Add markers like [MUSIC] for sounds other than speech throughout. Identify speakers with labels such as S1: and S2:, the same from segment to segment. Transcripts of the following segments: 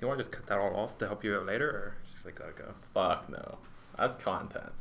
S1: you want to just cut that all off to help you out later, or just like let it go?
S2: Fuck no. That's content.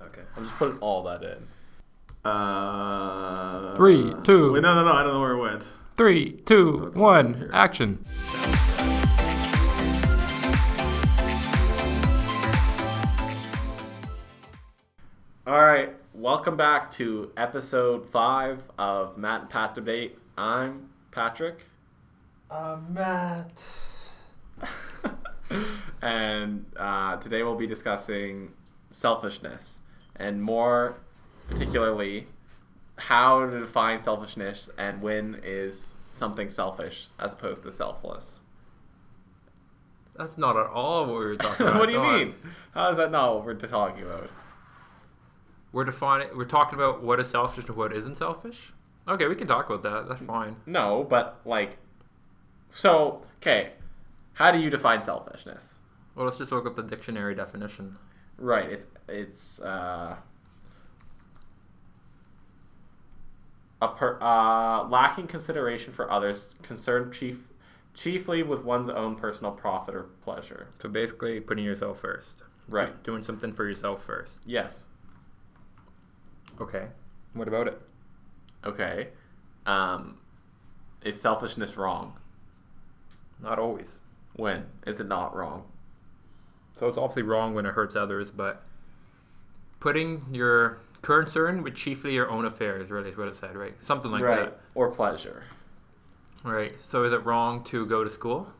S1: Okay.
S2: I'm just putting all that in.
S3: Uh,
S4: Three, two.
S3: Wait, no, no, no. I don't know where it went.
S4: Three, two, one, action.
S2: All right, welcome back to episode five of Matt and Pat debate. I'm
S3: [LAUGHS]
S2: Patrick,
S5: Uh, Matt.
S2: and uh, today we'll be discussing selfishness, and more particularly, how to define selfishness and when is something selfish as opposed to selfless.
S4: [LAUGHS] That's not at all what we were talking about.
S2: [LAUGHS] what do you
S4: Come on.
S2: mean? How is that not what we're talking about?
S4: We're defining. We're talking about what is selfish and what isn't selfish. Okay, we can talk about that. That's fine.
S2: No, but like, so okay, how do you define selfishness?
S4: Well, let's just look up the dictionary definition.
S2: Right. It's it's uh, a per, uh, lacking consideration for others, concerned chief chiefly with one's own personal profit or pleasure.
S4: So basically, putting yourself first.
S2: Right.
S4: Doing something for yourself first.
S2: Yes.
S4: Okay. What about it?
S2: Okay. Um, is selfishness wrong?
S4: Not always.
S2: When is it not wrong?
S4: So it's obviously wrong when it hurts others, but putting your concern with chiefly your own affairs, really, is what it said, right? Something like
S2: Or pleasure?
S4: that. Right. So is it wrong to go to school?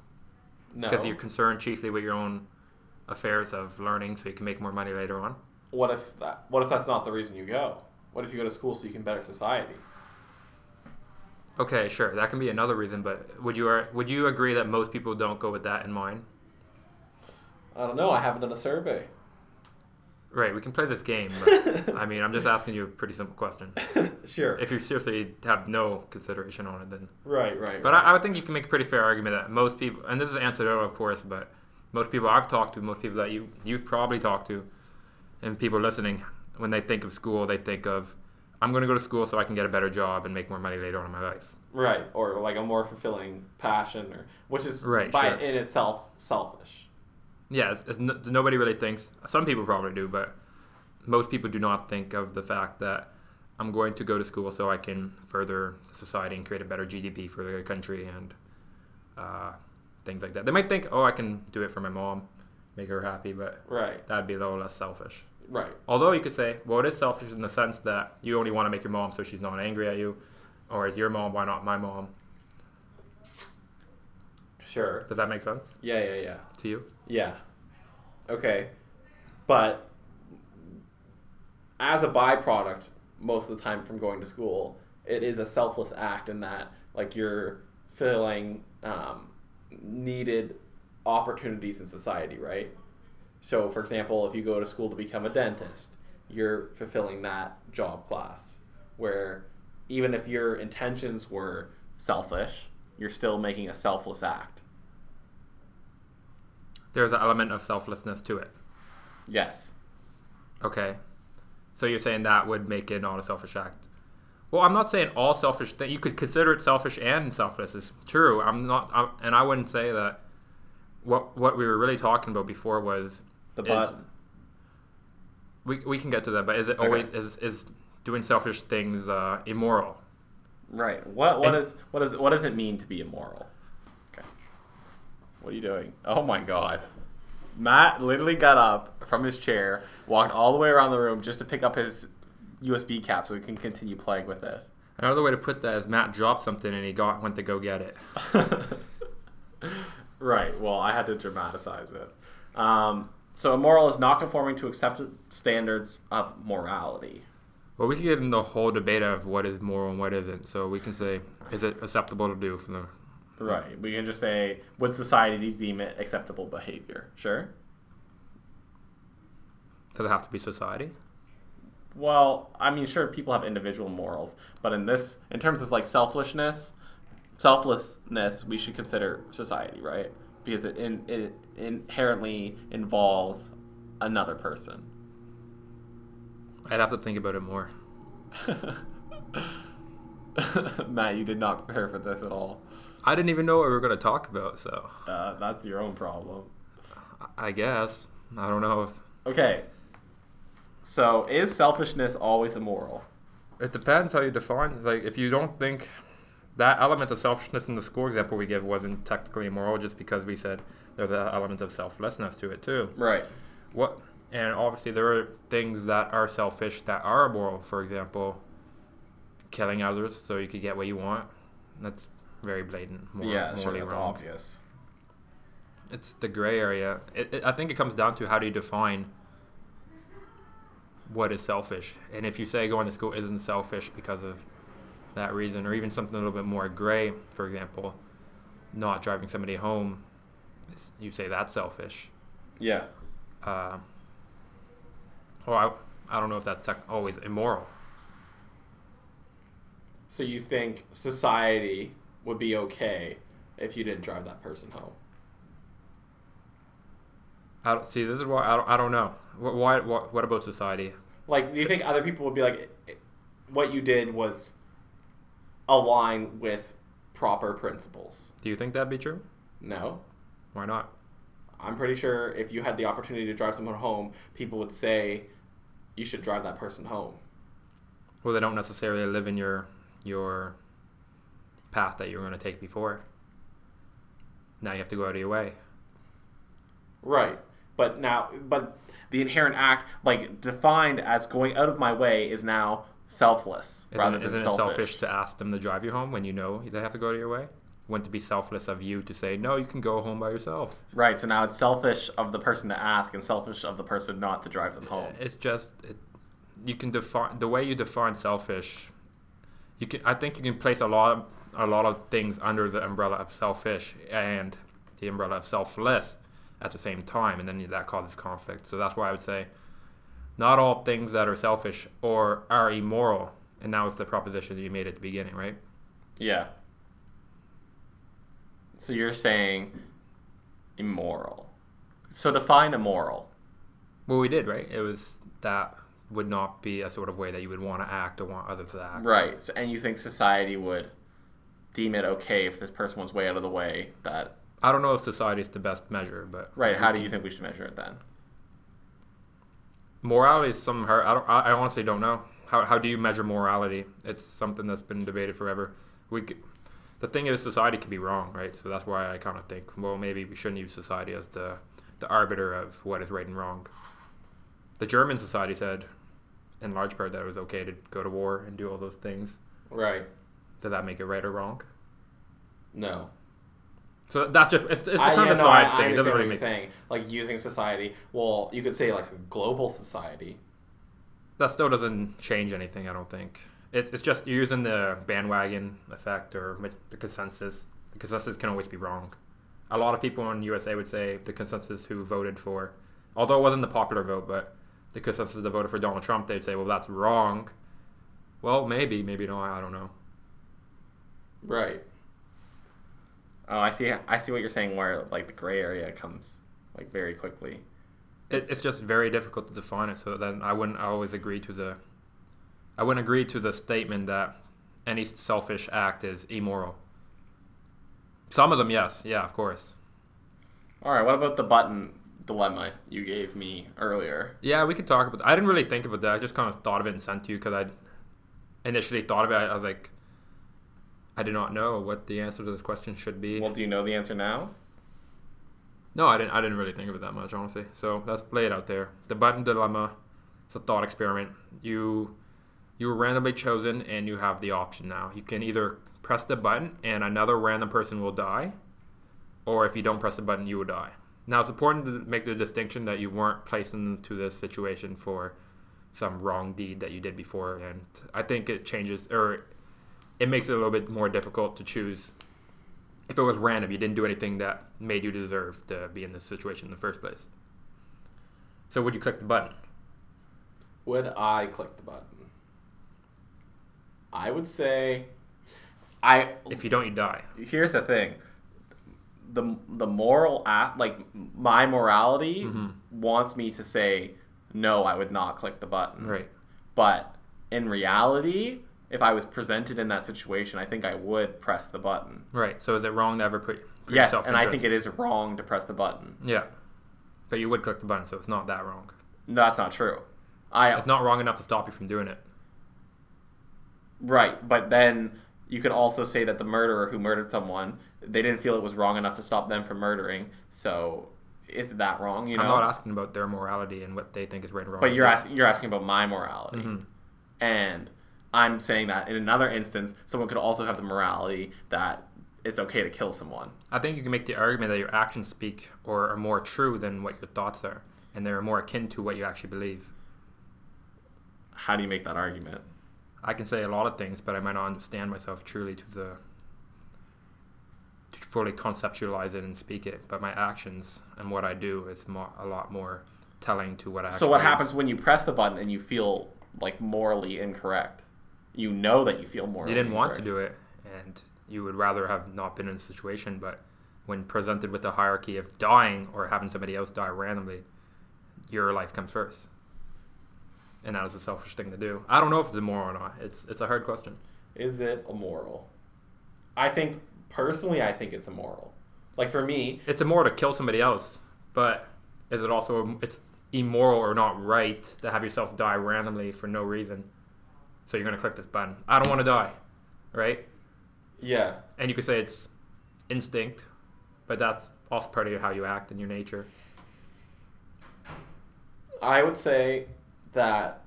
S2: No.
S4: Because you're concerned chiefly with your own affairs of learning so you can make more money later on.
S2: What if that, what if that's not the reason you go? What if you go to school so you can better society?
S4: Okay, sure. That can be another reason, but would you would you agree that most people don't go with that in mind?
S2: I don't know. I haven't done a survey. [LAUGHS]
S4: Right, we can play this game. But, I mean, I'm just asking you a pretty simple question.
S2: Sure.
S4: If you seriously have no consideration on it, then.
S2: right. Right.
S4: But I, I would think you can make a pretty fair argument that most people, and this is anecdotal, of course, but most people I've talked to, most people that you you've probably talked to, and people listening, when they think of school, they think of, I'm going to go to school so I can get a better job and make more money later on in my life.
S2: Right, or like a more fulfilling passion, or which is
S4: Right,
S2: by
S4: sure.
S2: in itself selfish.
S4: Yeah, it's, it's n- nobody really thinks. Some people probably do, but most people do not think of the fact that I'm going to go to school so I can further society and create a better GDP for the country and uh, things like that. They might think, oh, I can do it for my mom, make her happy, but
S2: Right,
S4: that'd be a little less selfish.
S2: right,
S4: Although you could say, well, it is selfish in the sense that you only want to make your mom so she's not angry at you, or is your mom, why not my mom?
S2: sure.
S4: Does that make sense
S2: Yeah, yeah, yeah,
S4: to you?
S2: yeah. Okay, but as a byproduct, most of the time from going to school, it is a selfless act in that like you're filling um, needed opportunities in society, right? So, for example, if you go to school to become a dentist, you're fulfilling that job class. Where even if your intentions were selfish, you're still making a selfless act.
S4: There's an element of selflessness to it.
S2: Yes.
S4: Okay. So you're saying that would make it not a selfish act. Well, I'm not saying all selfish that you could consider it selfish and selfless is true. I'm not, i and I wouldn't say that. What what we were really talking about before was
S2: The
S4: is-
S2: button.
S4: we, we can get to that, but is it always is is doing selfish things uh, immoral?
S2: Right. What what
S4: And-
S2: is what is what does it mean to be immoral? Okay. What are you doing? Oh my god. Matt literally got up from his chair, walked all the way around the room just to pick up his USB cap so we can continue playing with it.
S4: Another way to put that is Matt dropped something and he got went to go get it.
S2: [LAUGHS] right. Well, I had to dramatize it. Um, so immoral is not conforming to accepted standards of morality.
S4: Well, we could get into the whole debate of what is moral and what isn't. So we can say, is it acceptable to do from the
S2: Right. We can just say, would society deem it acceptable behavior? Sure.
S4: does it have to be society?
S2: Well, I mean, sure, people have individual morals, but in this, in terms of like selfishness, selflessness, we should consider society, right? Because it, in, it inherently involves another person. [LAUGHS]
S4: I'd have to think about it more.
S2: Matt, you did not prepare for this at all.
S4: I didn't even know what we were going to talk about, so
S2: Uh, that's your own problem.
S4: I- I guess. I don't know if.
S2: Okay. So, is selfishness always immoral?
S4: It depends how you define. Like, if you don't think that element of selfishness in the school example we give wasn't technically immoral, just because we said there's an element of selflessness to it too.
S2: Right.
S4: What? And obviously, there are things that are selfish that are immoral. For example, killing others so you could get what you want. That's very blatant. mor-
S2: yeah, sure,
S4: morally
S2: that's
S4: wrong.
S2: obvious.
S4: It's the gray area. It, it, I think it comes down to how do you define what is selfish. And if you say going to school isn't selfish because of that reason, or even something a little bit more gray, for example, not driving somebody home, it's- you say that's selfish.
S2: Yeah.
S4: Uh, well, I, I don't know if that's sec- always immoral.
S2: So you think society would be okay if you didn't drive that person home?
S4: I don't, see, this is why I don't, I don't know. Wh- Why, why? What about society?
S2: Like, do you think other people would be like, "I- I- what you did was aligned with proper principles?
S4: Do you think that'd be true?
S2: No.
S4: Why not?
S2: I'm pretty sure if you had the opportunity to drive someone home, people would say you should drive that person home.
S4: Well, they don't necessarily live in your your path that you were going to take before. Now you have to go out of your way.
S2: Right. But now, but the inherent act, like defined as going out of my way, is now selfless
S4: Isn't,
S2: rather
S4: it-
S2: than
S4: isn't
S2: selfish.
S4: it selfish to ask them to drive you home when you know they have to go out of your way? Wouldn't it be selfless of you to say no? You can go home by yourself.
S2: Right. So now it's selfish of the person to ask and selfish of the person not to drive them home.
S4: It's just it, you can define the way you define selfish. You can I think you can place a lot of, a lot of things under the umbrella of selfish and the umbrella of selfless at the same time, and then that causes conflict. So that's why I would say not all things that are selfish or are immoral. And that was the proposition that you made at the beginning, right?
S2: Yeah. So you're saying immoral. So define immoral.
S4: Well, we did, right? It was that would not be a sort of way that you would want to act or want others to act.
S2: Right. So, and you think society would deem it okay if this person was way out of the way that
S4: I don't know if society is the best measure, but
S2: right, how do you think we should measure it then?
S4: morality is some her I don't I I honestly don't know how how do you measure morality it's something that's been debated forever we c- the thing is society can be wrong right so that's why I kind of think well maybe we shouldn't use society as the the arbiter of what is right and wrong the German society said in large part that it was okay to go to war and do all those things
S2: Right.
S4: does that make it right or wrong
S2: No.
S4: so that's just it's, it's
S2: I,
S4: kind
S2: yeah,
S4: of a
S2: no, I,
S4: side thing
S2: I
S4: it
S2: understand
S4: doesn't
S2: what
S4: really
S2: you're
S4: make
S2: saying. Like using society. Well, you could say like a global society.
S4: that still doesn't change anything i don't think it's, it's just you're using the bandwagon effect or ma- the consensus the consensus can always be wrong a lot of people in usa would say the consensus who voted for although it wasn't the popular vote but the consensus that voted for donald trump they'd say well that's wrong well maybe maybe not i don't know
S2: Right. Oh, I see. I see what you're saying. Where like the gray area comes like very quickly.
S4: it, it's just very difficult to define it so then i wouldn't always agree to the i wouldn't agree to the statement that any selfish act is immoral some of them yes yeah of course
S2: All right. What about the button dilemma you gave me earlier?
S4: Yeah, we could talk about. I didn't really think about that. I just kind of thought of it and sent to you because I initially thought of it. I, I was like, I do not know what the answer to this question should be.
S2: Well, do you know the answer now?
S4: no, I didn't. I didn't really think of it that much, honestly. So let's play it out there. The button dilemma. It's a thought experiment. You you were randomly chosen, and you have the option now. You can either press the button, and another random person will die, or if you don't press the button, you will die. Now, it's important to make the distinction that you weren't placed into this situation for some wrong deed that you did before, and I think it changes or it makes it a little bit more difficult to choose. If it was random, you didn't do anything that made you deserve to be in this situation in the first place. So, would you click the button?
S2: Would I click the button? I would say, I.
S4: If you don't, you die.
S2: Here's the thing. The, the moral act like my morality wants me to say no i would not click the button
S4: Right.
S2: but in reality if I was presented in that situation, I think I would press the button.
S4: Right. So is it wrong to ever put, put
S2: Yes,
S4: yourself
S2: and
S4: in
S2: I
S4: this?
S2: think it is wrong to press the button.
S4: Yeah. But you would click the button, so it's not that wrong.
S2: No, that's not true. I
S4: It's not wrong enough to stop you from doing it.
S2: Right, but then you could also say that the murderer who murdered someone, they didn't feel it was wrong enough to stop them from murdering. So is that wrong? You know,
S4: I'm not asking about their morality and what they think is right and wrong.
S2: but you're asking you're asking about my morality,
S4: Mm-hmm.
S2: and I'm saying that in another instance, someone could also have the morality that it's okay to kill someone.
S4: I think you can make the argument that your actions speak or are more true than what your thoughts are, and they're more akin to what you actually believe.
S2: How do you make that argument?
S4: I can say a lot of things, but I might not understand myself truly to the to fully conceptualize it and speak it. But my actions and what I do is more, a lot more telling to what I.
S2: so what
S4: actually-
S2: happens when you press the button and you feel like morally incorrect? You know that you feel morally.
S4: You didn't want to
S2: incorrect.
S4: do it, and you would rather have not been in the situation. But when presented with the hierarchy of dying or having somebody else die randomly, your life comes first, and that is a selfish thing to do. I don't know if it's immoral or not. It's it's a hard question.
S2: is it immoral? I think personally, I think it's immoral. Like for me,
S4: It's immoral to kill somebody else, but is it also it's immoral or not right to have yourself die randomly for no reason? So you're gonna click this button. I don't want to die, right?
S2: yeah,
S4: and you could say it's instinct, but that's also part of how you act and your nature.
S2: I would say that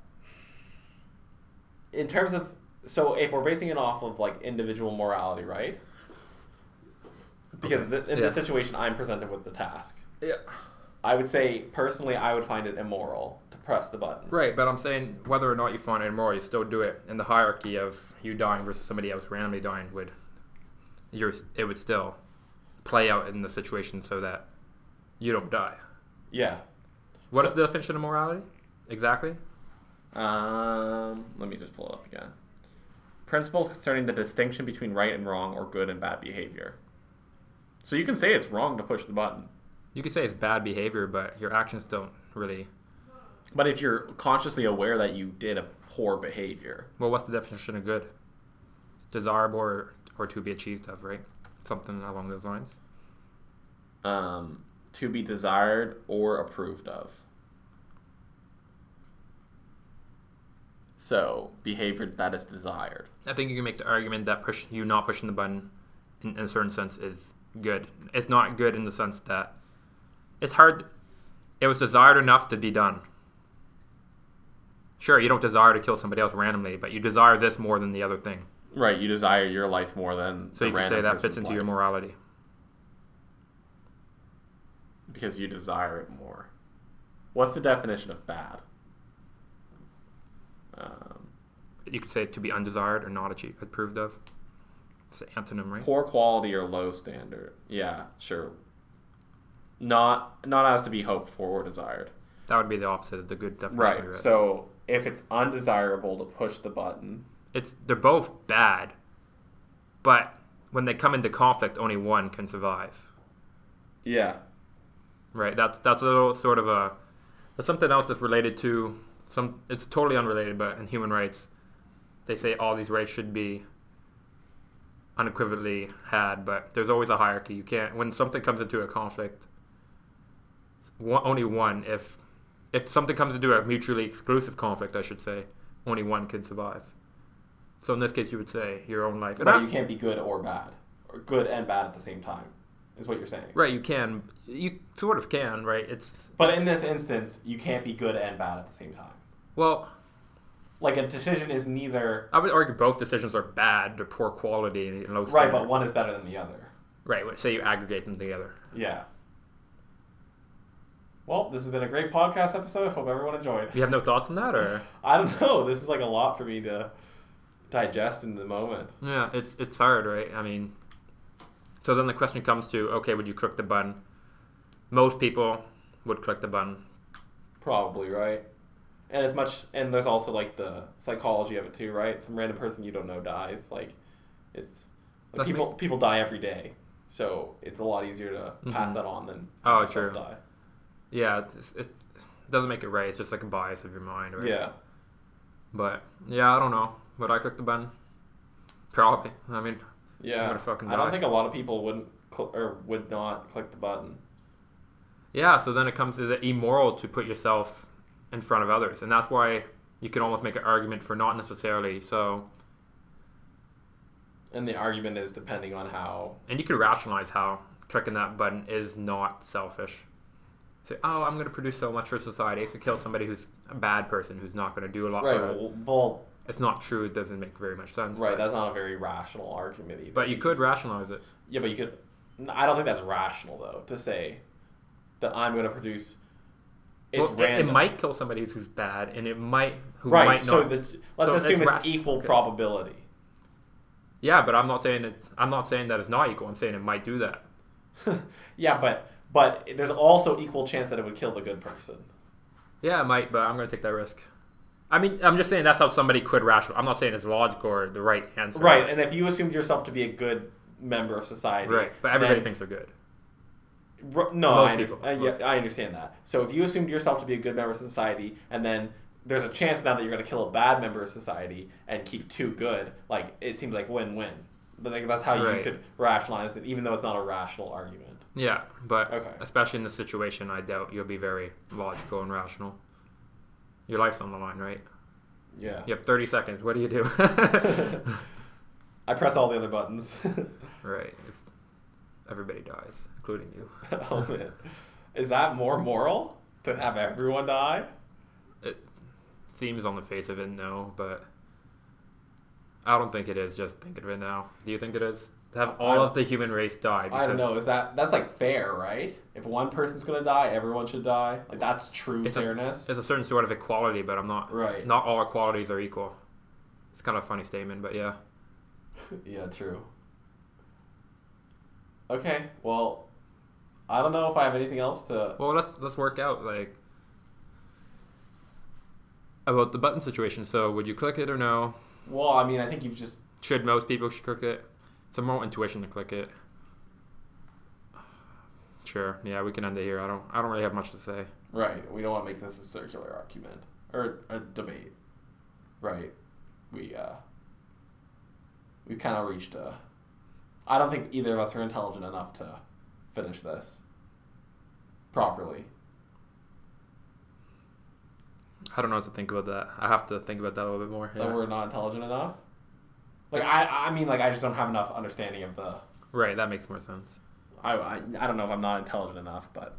S2: in terms of so if we're basing it off of like individual morality, right? Because th- in this
S4: Yeah.
S2: situation, I'm presented with the task.
S4: Yeah.
S2: I would say personally, I would find it immoral to press the button.
S4: Right, but I'm saying whether or not you find it immoral, you still do it. And the hierarchy of you dying versus somebody else randomly dying would, yours it would still play out in the situation so that you don't die.
S2: Yeah.
S4: What is
S2: So-
S4: the definition of morality? Exactly.
S2: Um, let me just pull it up again. Principles concerning the distinction between right and wrong or good and bad behavior. So you can say it's wrong to push the button,
S4: You could say it's bad behavior, but your actions don't really.
S2: but if you're consciously aware that you did a poor behavior,
S4: Well, what's the definition of good? Desirable or, or to be achieved of, right? Something along those lines.
S2: um, to be desired or approved of. So behavior that is desired.
S4: I think you can make the argument that push you not pushing the button in, in a certain sense is good. It's not good in the sense that it's hard. It was desired enough to be done. Sure, you don't desire to kill somebody else randomly, but you desire this more than the other thing.
S2: Right, you desire your life more than
S4: So
S2: the
S4: you can
S2: random
S4: say that fits
S2: person's
S4: into your
S2: life
S4: morality.
S2: because you desire it more. What's the definition of bad? Um,
S4: You could say to be undesired or not achieved, approved of. It's an antonym, right?
S2: poor quality or low standard. Yeah, sure. Not not as to be hoped for or desired.
S4: That would be the opposite of the good definition. we
S2: Right.
S4: read.
S2: So if it's undesirable to push the button,
S4: it's they're both bad, but when they come into conflict, only one can survive.
S2: yeah,
S4: Right. That's that's a little sort of a that's something else that's related to some. It's totally unrelated, but in human rights, they say all these rights should be unequivocally had, but there's always a hierarchy. You can't when something comes into a conflict. One, only one. If if something comes into a mutually exclusive conflict, I should say, only one can survive. So in this case, you would say your own life. And I-
S2: but you can't be good or bad, or good and bad at the same time, is what you're saying.
S4: right. You can. You sort of can. Right. It's
S2: But in this instance, you can't be good and bad at the same time.
S4: well.
S2: Like a decision is neither
S4: I would argue both decisions are bad. They're poor quality and low
S2: right,
S4: standard.
S2: but one is better than the other.
S4: Right, let's say you aggregate them together.
S2: Yeah. Well, this has been a great podcast episode. Hope everyone enjoyed.
S4: You have no thoughts on that, or
S2: I don't know. This is like a lot for me to digest in the moment.
S4: yeah, it's it's hard, right? I mean, so then the question comes to: Okay, would you click the button? Most people would click the button.
S2: Probably right. And as much, and there's also like the psychology of it too, right? Some random person you don't know dies. Like, it's like
S4: That's
S2: people people die every day, so it's a lot easier to pass
S4: Mhm.
S2: that on than
S4: Oh,
S2: have yourself
S4: true.
S2: die.
S4: Yeah, it's, it's, it doesn't make it right. It's just like a bias of your mind. Right?
S2: Yeah,
S4: But yeah, I don't know. Would I click the button? Probably. I mean, I'm
S2: Yeah.
S4: gonna fucking
S2: I don't
S4: die.
S2: think a lot of people wouldn't cl- or would not click the button.
S4: yeah. So then it comes: is it immoral to put yourself in front of others? And that's why you can almost make an argument for not necessarily. So,
S2: And the argument is depending on how.
S4: and you can rationalize how clicking that button is not selfish. Say, oh, I'm gonna produce so much for society. I could kill somebody who's a bad person who's not gonna do a lot
S2: Right.
S4: for.
S2: Well, well,
S4: It's not true. It doesn't make very much sense.
S2: right.
S4: but-
S2: That's not a very rational argument either.
S4: But you could
S2: because-
S4: rationalize it.
S2: Yeah, but you could. n- I don't think that's rational though to say that I'm going to produce. It's
S4: Well, it-
S2: random.
S4: It, might kill somebody who's bad, and it might who
S2: right.
S4: might
S2: so
S4: not.
S2: the, let's
S4: so it's
S2: assume it's,
S4: ration-
S2: equal
S4: okay.
S2: probability. [LAUGHS]
S4: yeah, but I'm not saying it's. I'm not saying that it's not equal. I'm saying it might do that.
S2: yeah, but but there's also equal chance that it would kill the good person.
S4: Yeah, it might, but I'm going to take that risk. I mean, I'm just saying that's how somebody could rational. I'm not saying it's logical or the right answer.
S2: Right, and if you assumed yourself to be a good member of society,
S4: Right. But everybody
S2: then-
S4: thinks they're good.
S2: Ru- No,
S4: Most
S2: I, under-
S4: people.
S2: I-
S4: Most
S2: yeah, I understand that. So if you assumed yourself to be a good member of society, and then there's a chance now that you're going to kill a bad member of society and keep two good, like it seems like win-win. But, Like that's how you
S4: Right.
S2: could rationalize it, even though it's not a rational argument.
S4: Yeah, but
S2: Okay.
S4: especially in this situation, I doubt you'll be very logical and rational. Your life's on the line, right?
S2: Yeah.
S4: You have 30 seconds. What do you
S2: [LAUGHS]
S4: do? [LAUGHS]
S2: I press all the other buttons. [LAUGHS]
S4: right. If everybody dies, including you.
S2: [LAUGHS] oh man, is that more moral to have everyone die?
S4: It seems on the face of it, no, but I don't think it is. Just thinking of it now. Do you think it is to have
S2: I
S4: all
S2: don't-
S4: of the human race die?
S2: I don't know. Is that that's like fair, right? If one person's gonna die, everyone should die. Like that's true
S4: It's a-
S2: fairness.
S4: There's a certain sort of equality, but I'm not.
S2: Right.
S4: Not all equalities are equal. It's kind of a funny statement, but yeah.
S2: Yeah, true. Okay, well, I don't know if I have anything else to.
S4: Well, let's let's work out like about the button situation. So, would you click it or no?
S2: Well, I mean, I think you've just.
S4: Should most people should click it? It's a moral intuition to click it. Sure. Yeah, we can end it here. I don't. I don't really have much to say.
S2: Right, we don't want to make this a circular argument or a debate. Right, we uh. We've kind of reached a. I don't think either of us are intelligent enough to finish this properly.
S4: I don't know what to think about that. I have to think about that a little bit more.
S2: That
S4: yeah.
S2: we're not intelligent enough. Like I, I mean, like I just don't have enough understanding of the
S4: Right, that makes more sense.
S2: I, I, I don't know if I'm not intelligent enough, but